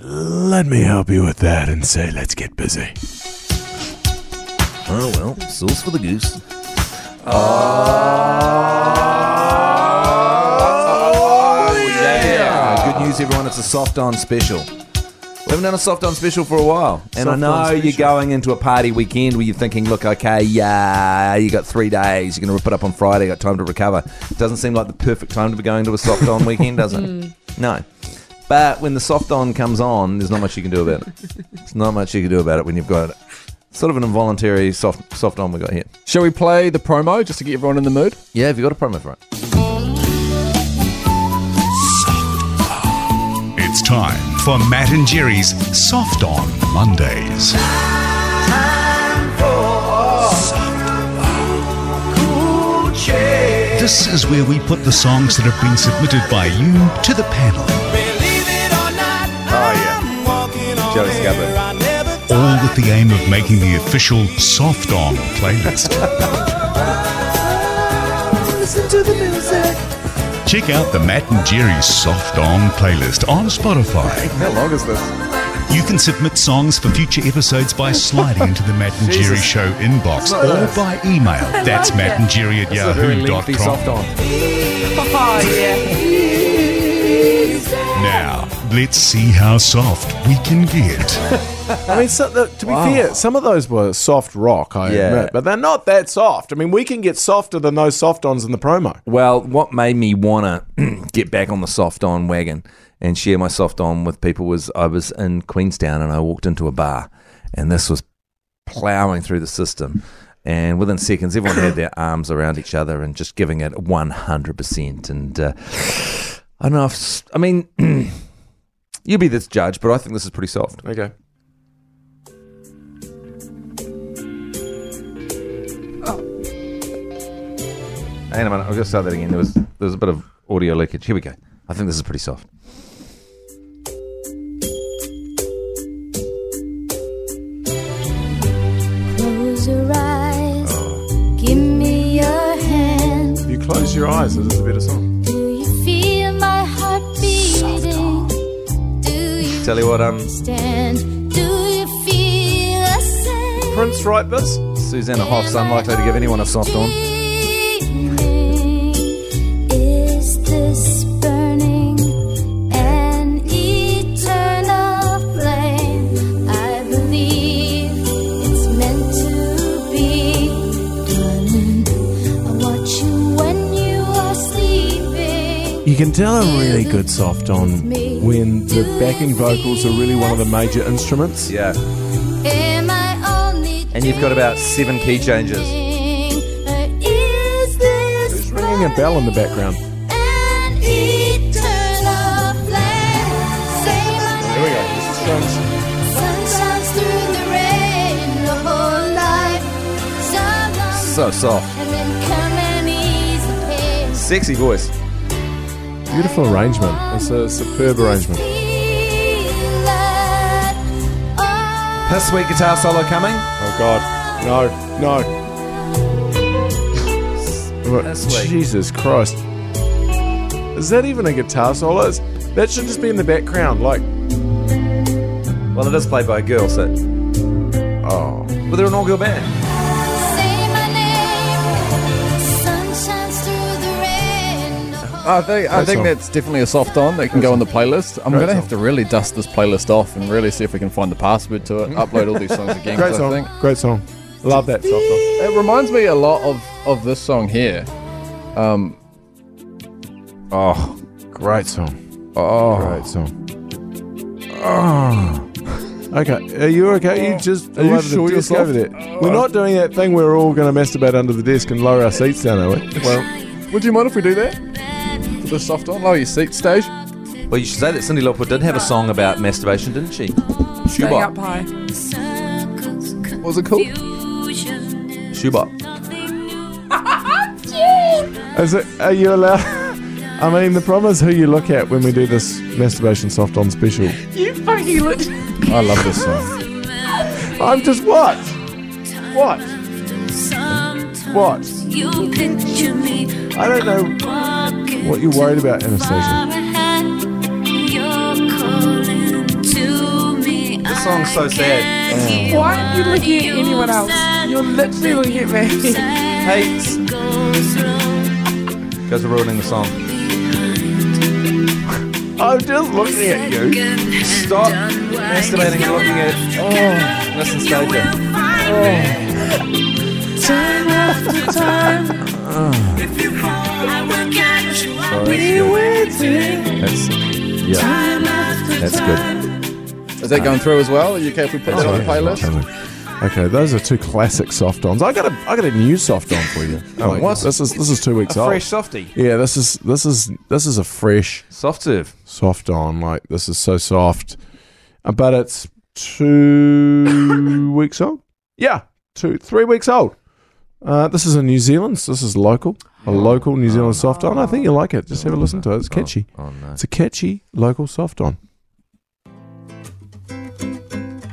let me help you with that and say, let's get busy. Oh well, sauce for the goose. Oh, Yeah. Good news, everyone. It's a soft on special. We haven't done a soft on special for a while. And I Soft know on you're special. going into a party weekend where you're thinking, look, okay, yeah, you got three days. You're going to rip it up on Friday. Got time to recover. doesn't seem like the perfect time to be going to a soft on weekend, does it? No. But when the soft on comes on, there's not much you can do about it. There's not much you can do about it when you've got sort of an involuntary soft soft on we got here. Shall we play the promo just to get everyone in the mood? Yeah, have you got a promo for it? It's time for Matt and Jerry's Soft On Mondays. This is where we put the songs that have been submitted by you to the panel. Oh, Joey Scabba. all with the aim of making the official Soft On playlist. Check out the Matt and Jerry's Soft On playlist on Spotify. How long is this? You can submit songs for future episodes by sliding into the Matt and Jerry Show inbox or by email. That's like Matt it. and Jerry at It's a very lengthy soft yahoo.com. on. Oh, yeah. Now, let's see how soft we can get. I mean, so, the, to be fair, some of those were soft rock, I Yeah. admit, but they're not that soft. I mean, we can get softer than those soft ons in the promo. Well, what made me want to get back on the soft on wagon and share my soft on with people was I was in Queenstown and I walked into a bar and this was plowing through the system. And within seconds, everyone had their arms around each other and just giving it 100%. And uh, I don't know if, s- I mean, you be this judge, but I think this is pretty soft. Okay. Hang on a minute, I'll just start that again. There was, there was a bit of audio leakage. Here we go. I think this is pretty soft. Close your eyes. Give me your hand. If you close your eyes, it is a better song. Do you feel my heart beating? Do you Tell you what, um, understand? Do you feel the same? Prince write this? Susanna Hoff's unlikely to give anyone a soft on. Feeling Is this burning an eternal flame? I believe it's meant to be. Darling, I watch you when you are sleeping. You can tell a really good soft on when the backing vocals are really one of the major instruments. Yeah. Am I only And you've got about seven key changes. dreaming? Or is this It's ringing a bell in the background. An eternal flame. Say my name. Here we go. This is Jones. Sun shines through the rain. The whole life. So long. So soft. and then come an easy pace. Sexy voice. Beautiful arrangement. It's a superb arrangement. Feel that Oh, all Her sweet guitar solo coming. Oh God, no, no. What- This way. Jesus Christ! Is that even a guitar solo? It's- That should just be in the background, like. Well, it is played by a girl, so. Oh. But they're an all girl band. Say my name. Sun shines through the rain. The I whole think, I think on. that's definitely a soft on that can go on the playlist. I'm going to have to really dust this playlist off and really see if we can find the password to it. Upload all these songs again. Great 'cause I song. think Great song. Love that soft on. it reminds me a lot of, of this song here. Oh. Great song. Oh, great song. Oh. Okay, are you okay? You just all you over sure the you're desk over there. We're not doing that thing where we're all going to masturbate under the desk and lower our seats down, are we? Well, would you mind if we do that? For the soft on, lower your seat stage. Well, you should say that Cindy Lauper did have a song about masturbation, didn't she? Staying Shoebop. up high. circles What was it called? confusion is Shoebop. nothing new. Is it, are you allowed? I mean, the problem is who you look at when we do this masturbation soft on special. You fucking looked. I love this song. I'm just what? What? What? You picture me I don't know. walking What you worried about, far Anastasia? ahead. You're calling to me. song's so sad. Why are you looking at anyone else? You're literally looking at me. Hey, guys are ruining the song. I'm just looking at you. Stop masturbating and looking at. Oh, listen, stay there. That's yeah. That's good. Is that going through as well? Are you okay if we put that on the playlist? Okay, those are two classic soft ons. I got a I got a new soft on for you. Oh, what? This is this is two weeks old. Fresh softy. Yeah, this is this is this is a fresh Soft serve. soft on. Like this is so soft, Uh, but it's two weeks old. Yeah, two three weeks old. Uh, this is in New Zealand. So this is local, a local New Zealand soft on. I think you will like it. Just have a listen to it. It's catchy. Oh, Oh no. It's a catchy local soft on.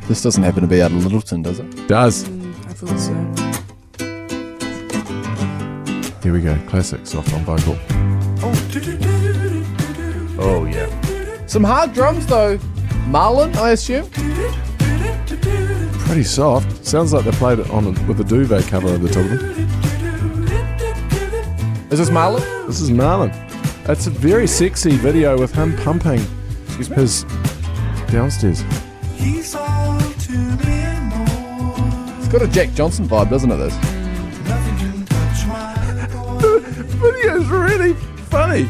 This doesn't happen to be out of Littleton, does it? Does I thought so. here we go? Classic soft on vocal. Oh yeah. Some hard drums though. Marlin, I assume. Pretty soft. Sounds like they played it on a, with a duvet cover over the top of it. Is this Marlin? This is Marlon. It's a very sexy video with him pumping his downstairs. It's got a Jack Johnson vibe, doesn't it? This. Video's really funny.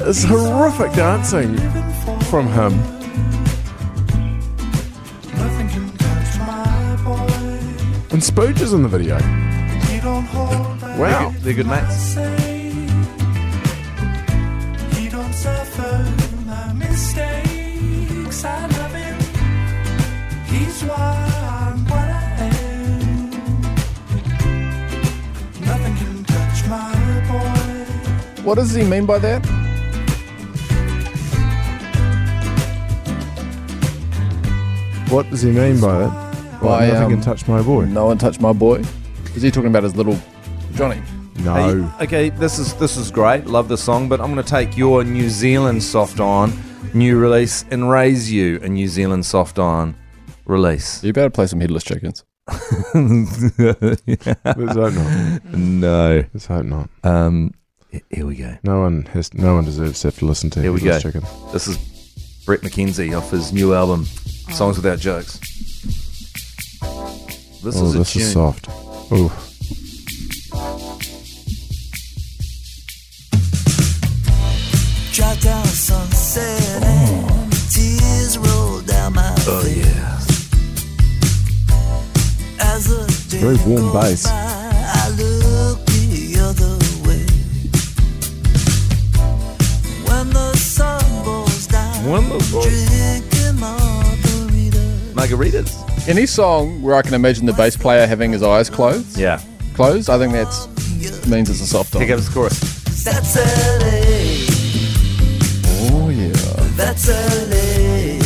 It's horrific dancing from him. And Spooge is in the video. Wow. They're good mates. What does he mean by that? What does he mean by that? Well, By, nothing um, can touch my boy. No one touched my boy. Is he talking about his little Johnny? No. Hey, okay, this is this is great. Love the song, but I'm going to take your New Zealand soft on new release and raise you a New Zealand soft on release. You better play some headless chickens. Let's hope not. No. Let's hope not. Um, h- here we go. No one has. No one deserves to have to listen to. Here we Headless go. Chicken. This is Brett McKenzie off his new album, Songs Without Jokes. This Oh, is a this tune. is soft. Ooh. Drive down sunset and tears roll down my Oh yeah. as the day Very warm bass. goes by, I look the other way. When the sun goes down, When the sun- drinking margaritas. Margaritas. Any song where I can imagine the bass player having his eyes closed, Yeah. closed, I think that's means it's a soft Pick on. up his chorus. That's LA. Oh yeah. That's LA.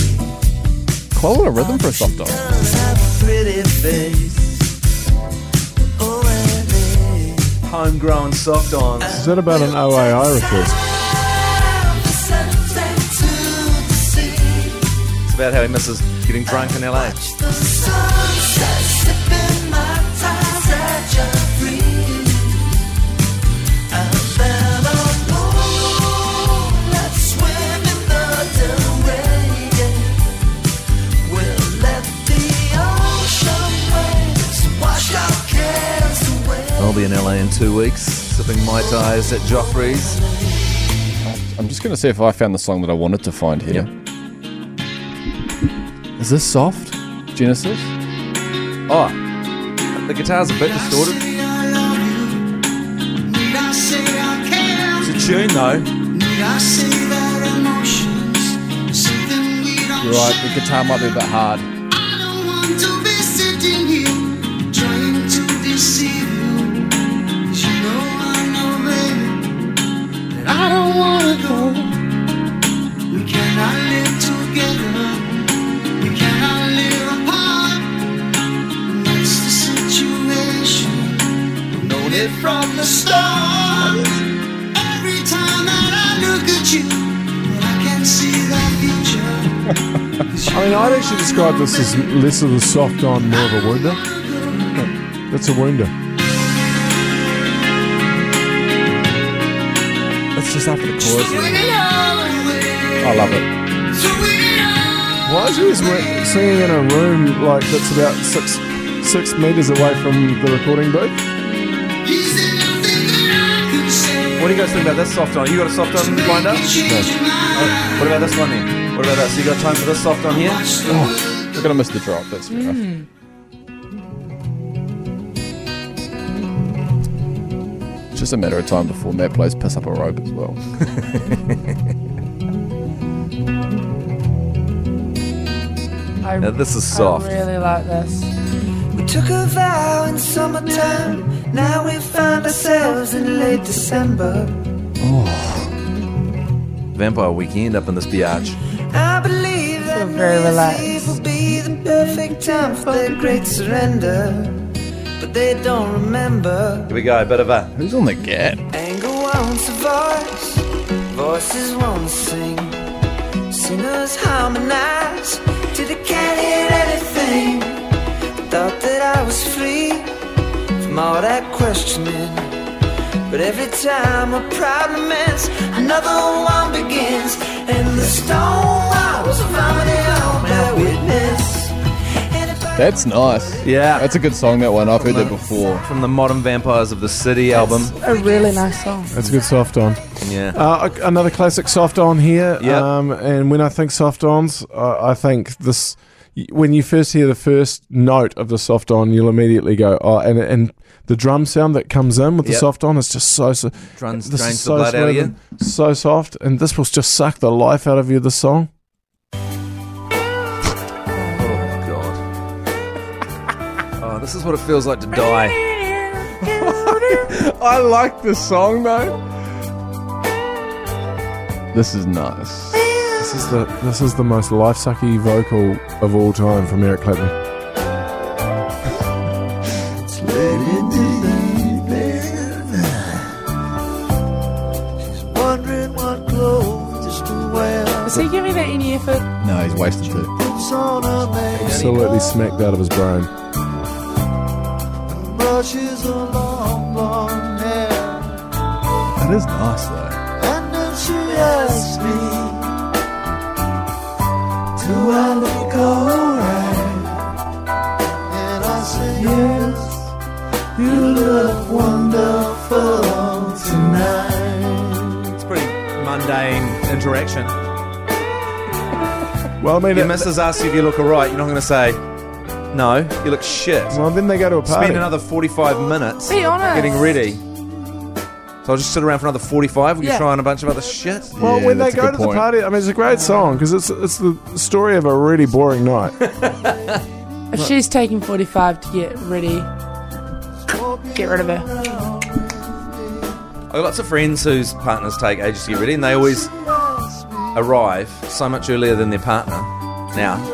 Quite a lot of rhythm for a soft on. Does have a pretty face. Oh, LA. Homegrown soft ons. Is that about an OAI request? It's about how he misses getting drunk in LA. I'll be in LA in two weeks, sipping mai tais at Joffrey's. I'm just gonna see if I found the song that I wanted to find here. Is this soft? Genesis? Oh, the guitar's a bit distorted. It's a tune though. You're right, the guitar might be a bit hard. From the start, every time that I look at you, I can see that future. 'Cause you I mean, I'd actually describe this as less of a soft on, more of a wounder. That's a wounder. It's just after the chorus. I love it. Why is he always wa- singing in a room like that's about six six meters away from the recording booth? What do you guys think about this soft on? You got a soft on lined up? What about this one then? What about this? You got time for this soft on here? We're gonna miss the drop. That's fair enough. It's Just a matter of time before Matt plays piss up a rope as well. I, Now this is soft. I really like this. We took a vow in summertime. Now we find ourselves in late December. Vampire Weekend up in this biatch. I believe that very New Year's relaxed. Eve will be the perfect time for their great surrender. But they don't remember. Here we go, a bit of a. Who's on the gap? Anger wants a voice, voices won't sing. Singers harmonize till they can't hear anything. Thought that I was free from all that questioning. But every time a problem ends, another one begins. And the stone walls are vomiting on my witness. Anybody- That's nice. Yeah. That's a good song, that one. I've heard that before. From the Modern Vampires of the City album. A really nice song. That's a good soft on. Yeah. Uh, a- another classic soft on here. Yeah. Um, and when I think soft ons, I, I think this. y- When you first hear the first note of the soft on, you'll immediately go, "Oh!" And and the drum sound that comes in with the Yep. soft on is just so so. Drains, this drains is the so blood out of smooth you. and so soft, and this will just suck the life out of you. The song. Oh, God. Oh, this is what it feels like to die. I like this song though. This is nice. This is the this is the most life sucky vocal of all time from Eric Clapton. Wondering what clothes is to wear. Does he give me that any effort? No, he's wasted it. It's on a man. Absolutely smacked out of his brain. Brushes her long, long hair. That is nice though. And then she asks me, Do I look alright? And I say, Yes, you look wonderful tonight. It's pretty mundane interaction. Well, I mean, Your it- missus asks you if you look alright. You're not going to say, no, you look shit. well, then they go to a party. Spend another 45 minutes Be honest. getting ready. So I'll just sit around for another 45 while you're Yeah. trying a bunch of other shit. Well, Yeah, Oh, when they that's a go good to the point. party, I mean, it's a great song because it's it's the story of a really boring night. If she's taking 45 to get ready, get rid of her. I've got lots of friends whose partners take ages to get ready and they always arrive so much earlier than their partner now.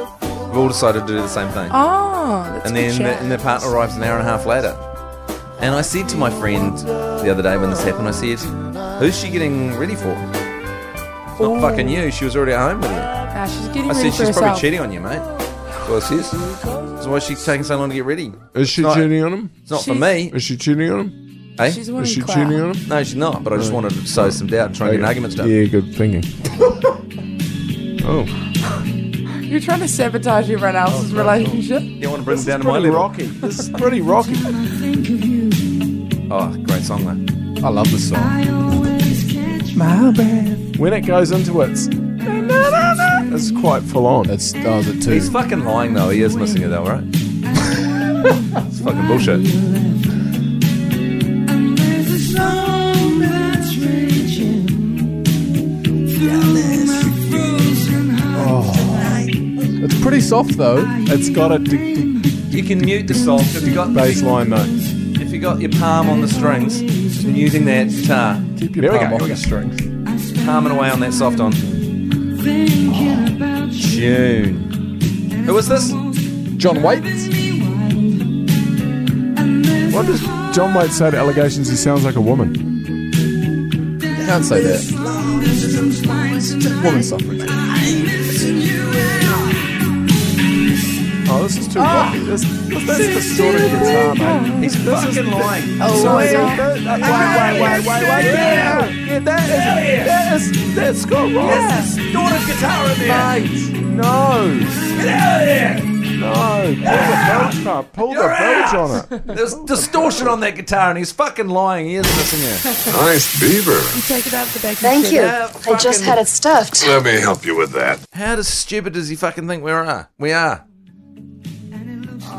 We've all decided to do the same thing. Oh, that's and a good then shout. and their partner arrives an hour and a half later. And I said to my friend the other day when this happened, I said, Who's she getting ready for? It's not fucking you, she was already at home with you. Nah, she's getting I said ready for she's herself. probably cheating on you, mate. That's what it says. That's why she's taking so long to get ready. Is she Right. cheating on him? It's not for She's- me. Is she cheating on him? eh? She's one Is she in cheating cloud. on him? No, she's not, but I just wanted to sow some doubt and try and get an argument started. Yeah, good thinking. oh, You're trying to sabotage everyone else's relationship. You don't want to bring them down to my pretty level. rocky. This is pretty rocky. Oh, great song though. I love this song. when it goes into its, it's quite full on. It's oh, is it He's too? fucking lying though. He is missing it though, right? it's fucking bullshit. It's pretty soft though. It's got a dick, dick, dick You can mute the song if you got bass line though. if you got your palm on the strings, just muting that guitar, Keep your There we palm go, off here we the strings. palming away on that soft on. Tune. Who was this? John Waits. What does John Wayne say to allegations? He sounds like a woman. You can't say that. Woman suffrage. this is too rocky. This, this, that's distorted guitar, mate. He's fucking lying. Oh, Sorry, that, that, wait, wait, wait, wait, wait. Yeah, yeah that is, that is, that's got wrong. That's distorted guitar in there. Mate, no. Get out of there. No, pull the bilge, Trump. Pull the bilge on it. There's distortion on that guitar, and he's fucking lying. He is missing it. Nice beaver. Take it out of the back. Thank you. Yeah, I just fucking- had it stuffed. Let me help you with that. How does stupid does he fucking think we are? We are.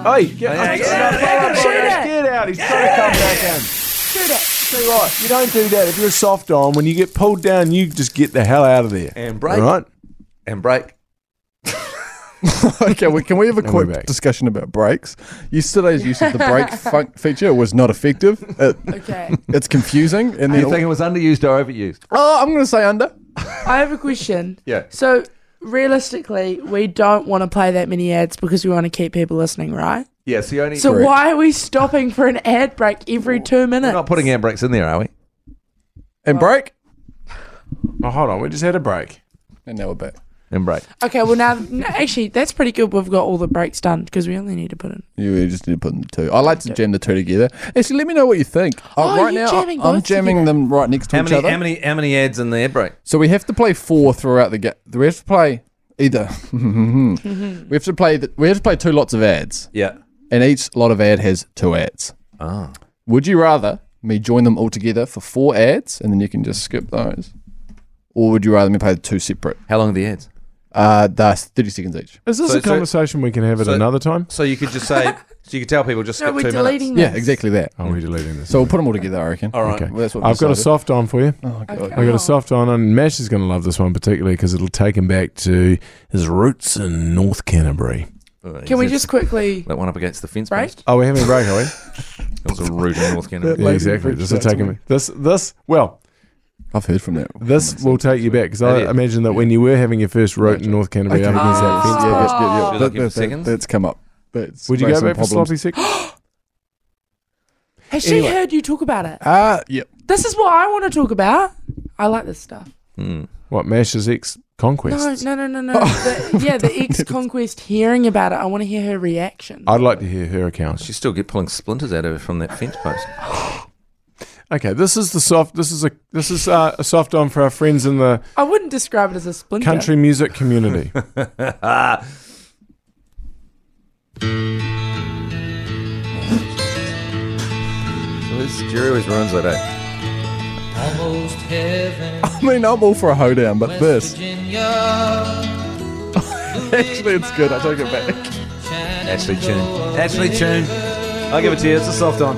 Hey, get, oh, Yeah, get no, out, hold on, shoot Boris, it. get out. He's trying to come back in. Shoot it. Tell you what, you don't do that. If you're a soft on, when you get pulled down, you just get the hell out of there. And break. All right? And break. okay, well, can we have a Now we're back. quick discussion about breaks? Yesterday's use of the break fun- feature was not effective. It, Okay. it's confusing. And You then, think it was underused or overused? oh, I'm going to say under. I have a question. Yeah. So realistically, we don't want to play that many ads because we want to keep people listening, right? Yeah, so you only. So Correct. why are we stopping for an ad break every two minutes? we're not putting air brakes in there, are we? And break. Oh, hold on. We just had a break. And now we're back. And break. Okay, well now, no, actually, that's pretty good. We've got all the breaks done because we only need to put in. You really just need to put in the two. I like to jam the two together. Actually, let me know what you think. Uh, Oh, right you're now, jamming I- I'm both jamming together. them right next to How each many, other. how many how many ads in the air break? So we have to play four throughout the game. We have to play either. we have to play. The, we have to play two lots of ads, Yeah. and each lot of ad has two ads. Ah. Would you rather me join them all together for four ads, and then you can just skip those, or would you rather me play the two separate? How long are the ads? Uh, that's thirty seconds each. Is this So- a so- conversation we can have at so- another time? So you could just say, so you could tell people just skip No, we're two deleting minutes. this. Yeah, exactly that. Oh, we're deleting this. So we'll put them all together. I reckon. All right. okay. Well, that's what we I've got a decided. soft on for you. Oh, God. Okay. I got Oh. a soft on, and Mash is going to love this one particularly because it'll take him back to his roots in North Canterbury. Uh, Can we is it- just quickly? that one up against the fence Break? post? Oh, we're having a break, are we? That was a rude in North Canterbury. yeah, lady exactly. reached This will out to take him. me. This, this, well, I've heard from that. this will take you back because I Yeah. imagine that when you were having your first root in North Canterbury, up against Ah. that fence, Yeah, post, that's- yeah, yeah. Should I That- give it a that- that- second? that's come up. That's would you raised go some back for problems. sloppy six? Has Anyway. she heard you talk about it? Uh, yep. This is what I want to talk about. I like this stuff. Mm. What Mash's ex No, conquest? no, no, no, no. The- yeah, the ex-conquest hearing about it. I want to hear her reaction. I'd like to hear her account. She's still get pulling splinters out of her from that fence post. Okay, this is the soft. This is a this is uh, a soft on for our friends in the I wouldn't describe it as a splinter. country music community. This Jerry always ruins that. Eh? I mean, I'm all for a hoedown, but this. Actually, it's good. I take it back. Ashley tune. Ashley tune. I give it to you. It's a soft on.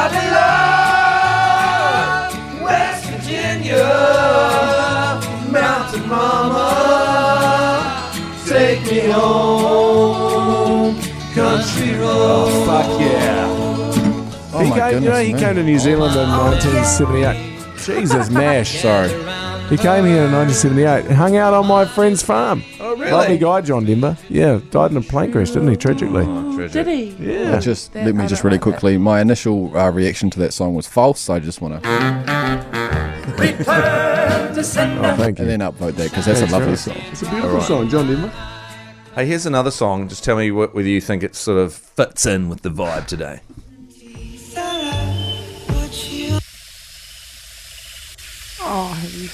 belong. West Virginia, mountain mama, take me home. Country roads. Fuck yeah! Oh he my came, you know, goodness. he man. Oh. came to New Zealand in 1978. Jesus, Mash. Sorry. He came here in 1978 and hung out on my friend's farm. Oh Lovely guy, John Denver. Yeah, died in a plane crash, didn't he? Tragically. Oh, Did he? Yeah. Just That- let me I just don't really like that. quickly. My initial uh, reaction to that song was false. I just want to Oh, thank and you. then upvote that because that's a lovely song. It's a beautiful song, John Denver. Hey, here's another song. Just tell me what, whether you think it sort of fits in with the vibe today. Oh, have you?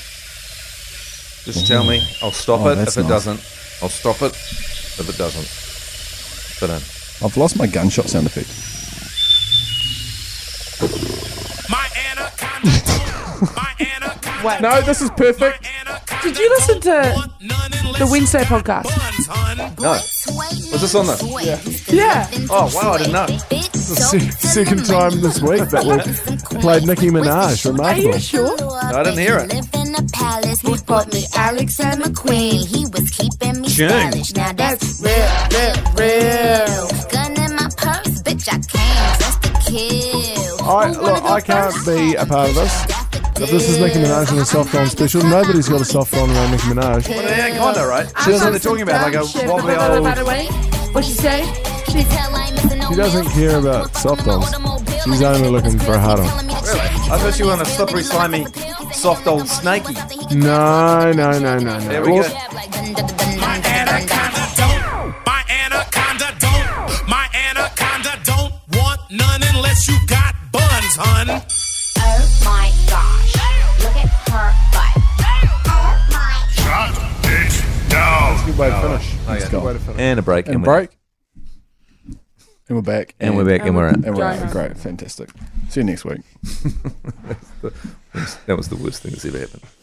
Just tell me. I'll stop Oh, it that's if it nice. doesn't. I'll stop it if it doesn't. Fit in. I've lost my gunshot sound effect. No, this is perfect. Did you listen to the Wednesday podcast? No. Was this on there? Yeah. Oh, wow, I didn't know. This It's the se- second time this week that we've played Nicki Minaj. Are Remarkable. you sure? I didn't hear it. Live in a palace. He bought me Alexander McQueen. He was keeping me stylish. Now that's real, real, real. Gun in my purse, bitch. I came just to kill. All right, look, I can't be a part of this. If this is Nicki Minaj and a soft on special, nobody's got a soft on around Nicki Minaj. Well, they ain't kinda, right? She doesn't- They're talking about like uh, a wobbly old. What'd she say? She She doesn't care about soft ons. She's only looking for a hard on. I thought you were on a slippery, slimy, soft old snaky. No, no, no, no, no. There we go. Well, My anaconda don't, my anaconda don't want none unless you got buns, hun. Oh my gosh. Look at her butt. Oh my Shut it down. Good way to finish. yeah. That's good way to finish. And a break. And we- break. And we're back. And we're back and we're out. And we're out. Done. Great. Fantastic. See you next week. That was the worst thing that's ever happened.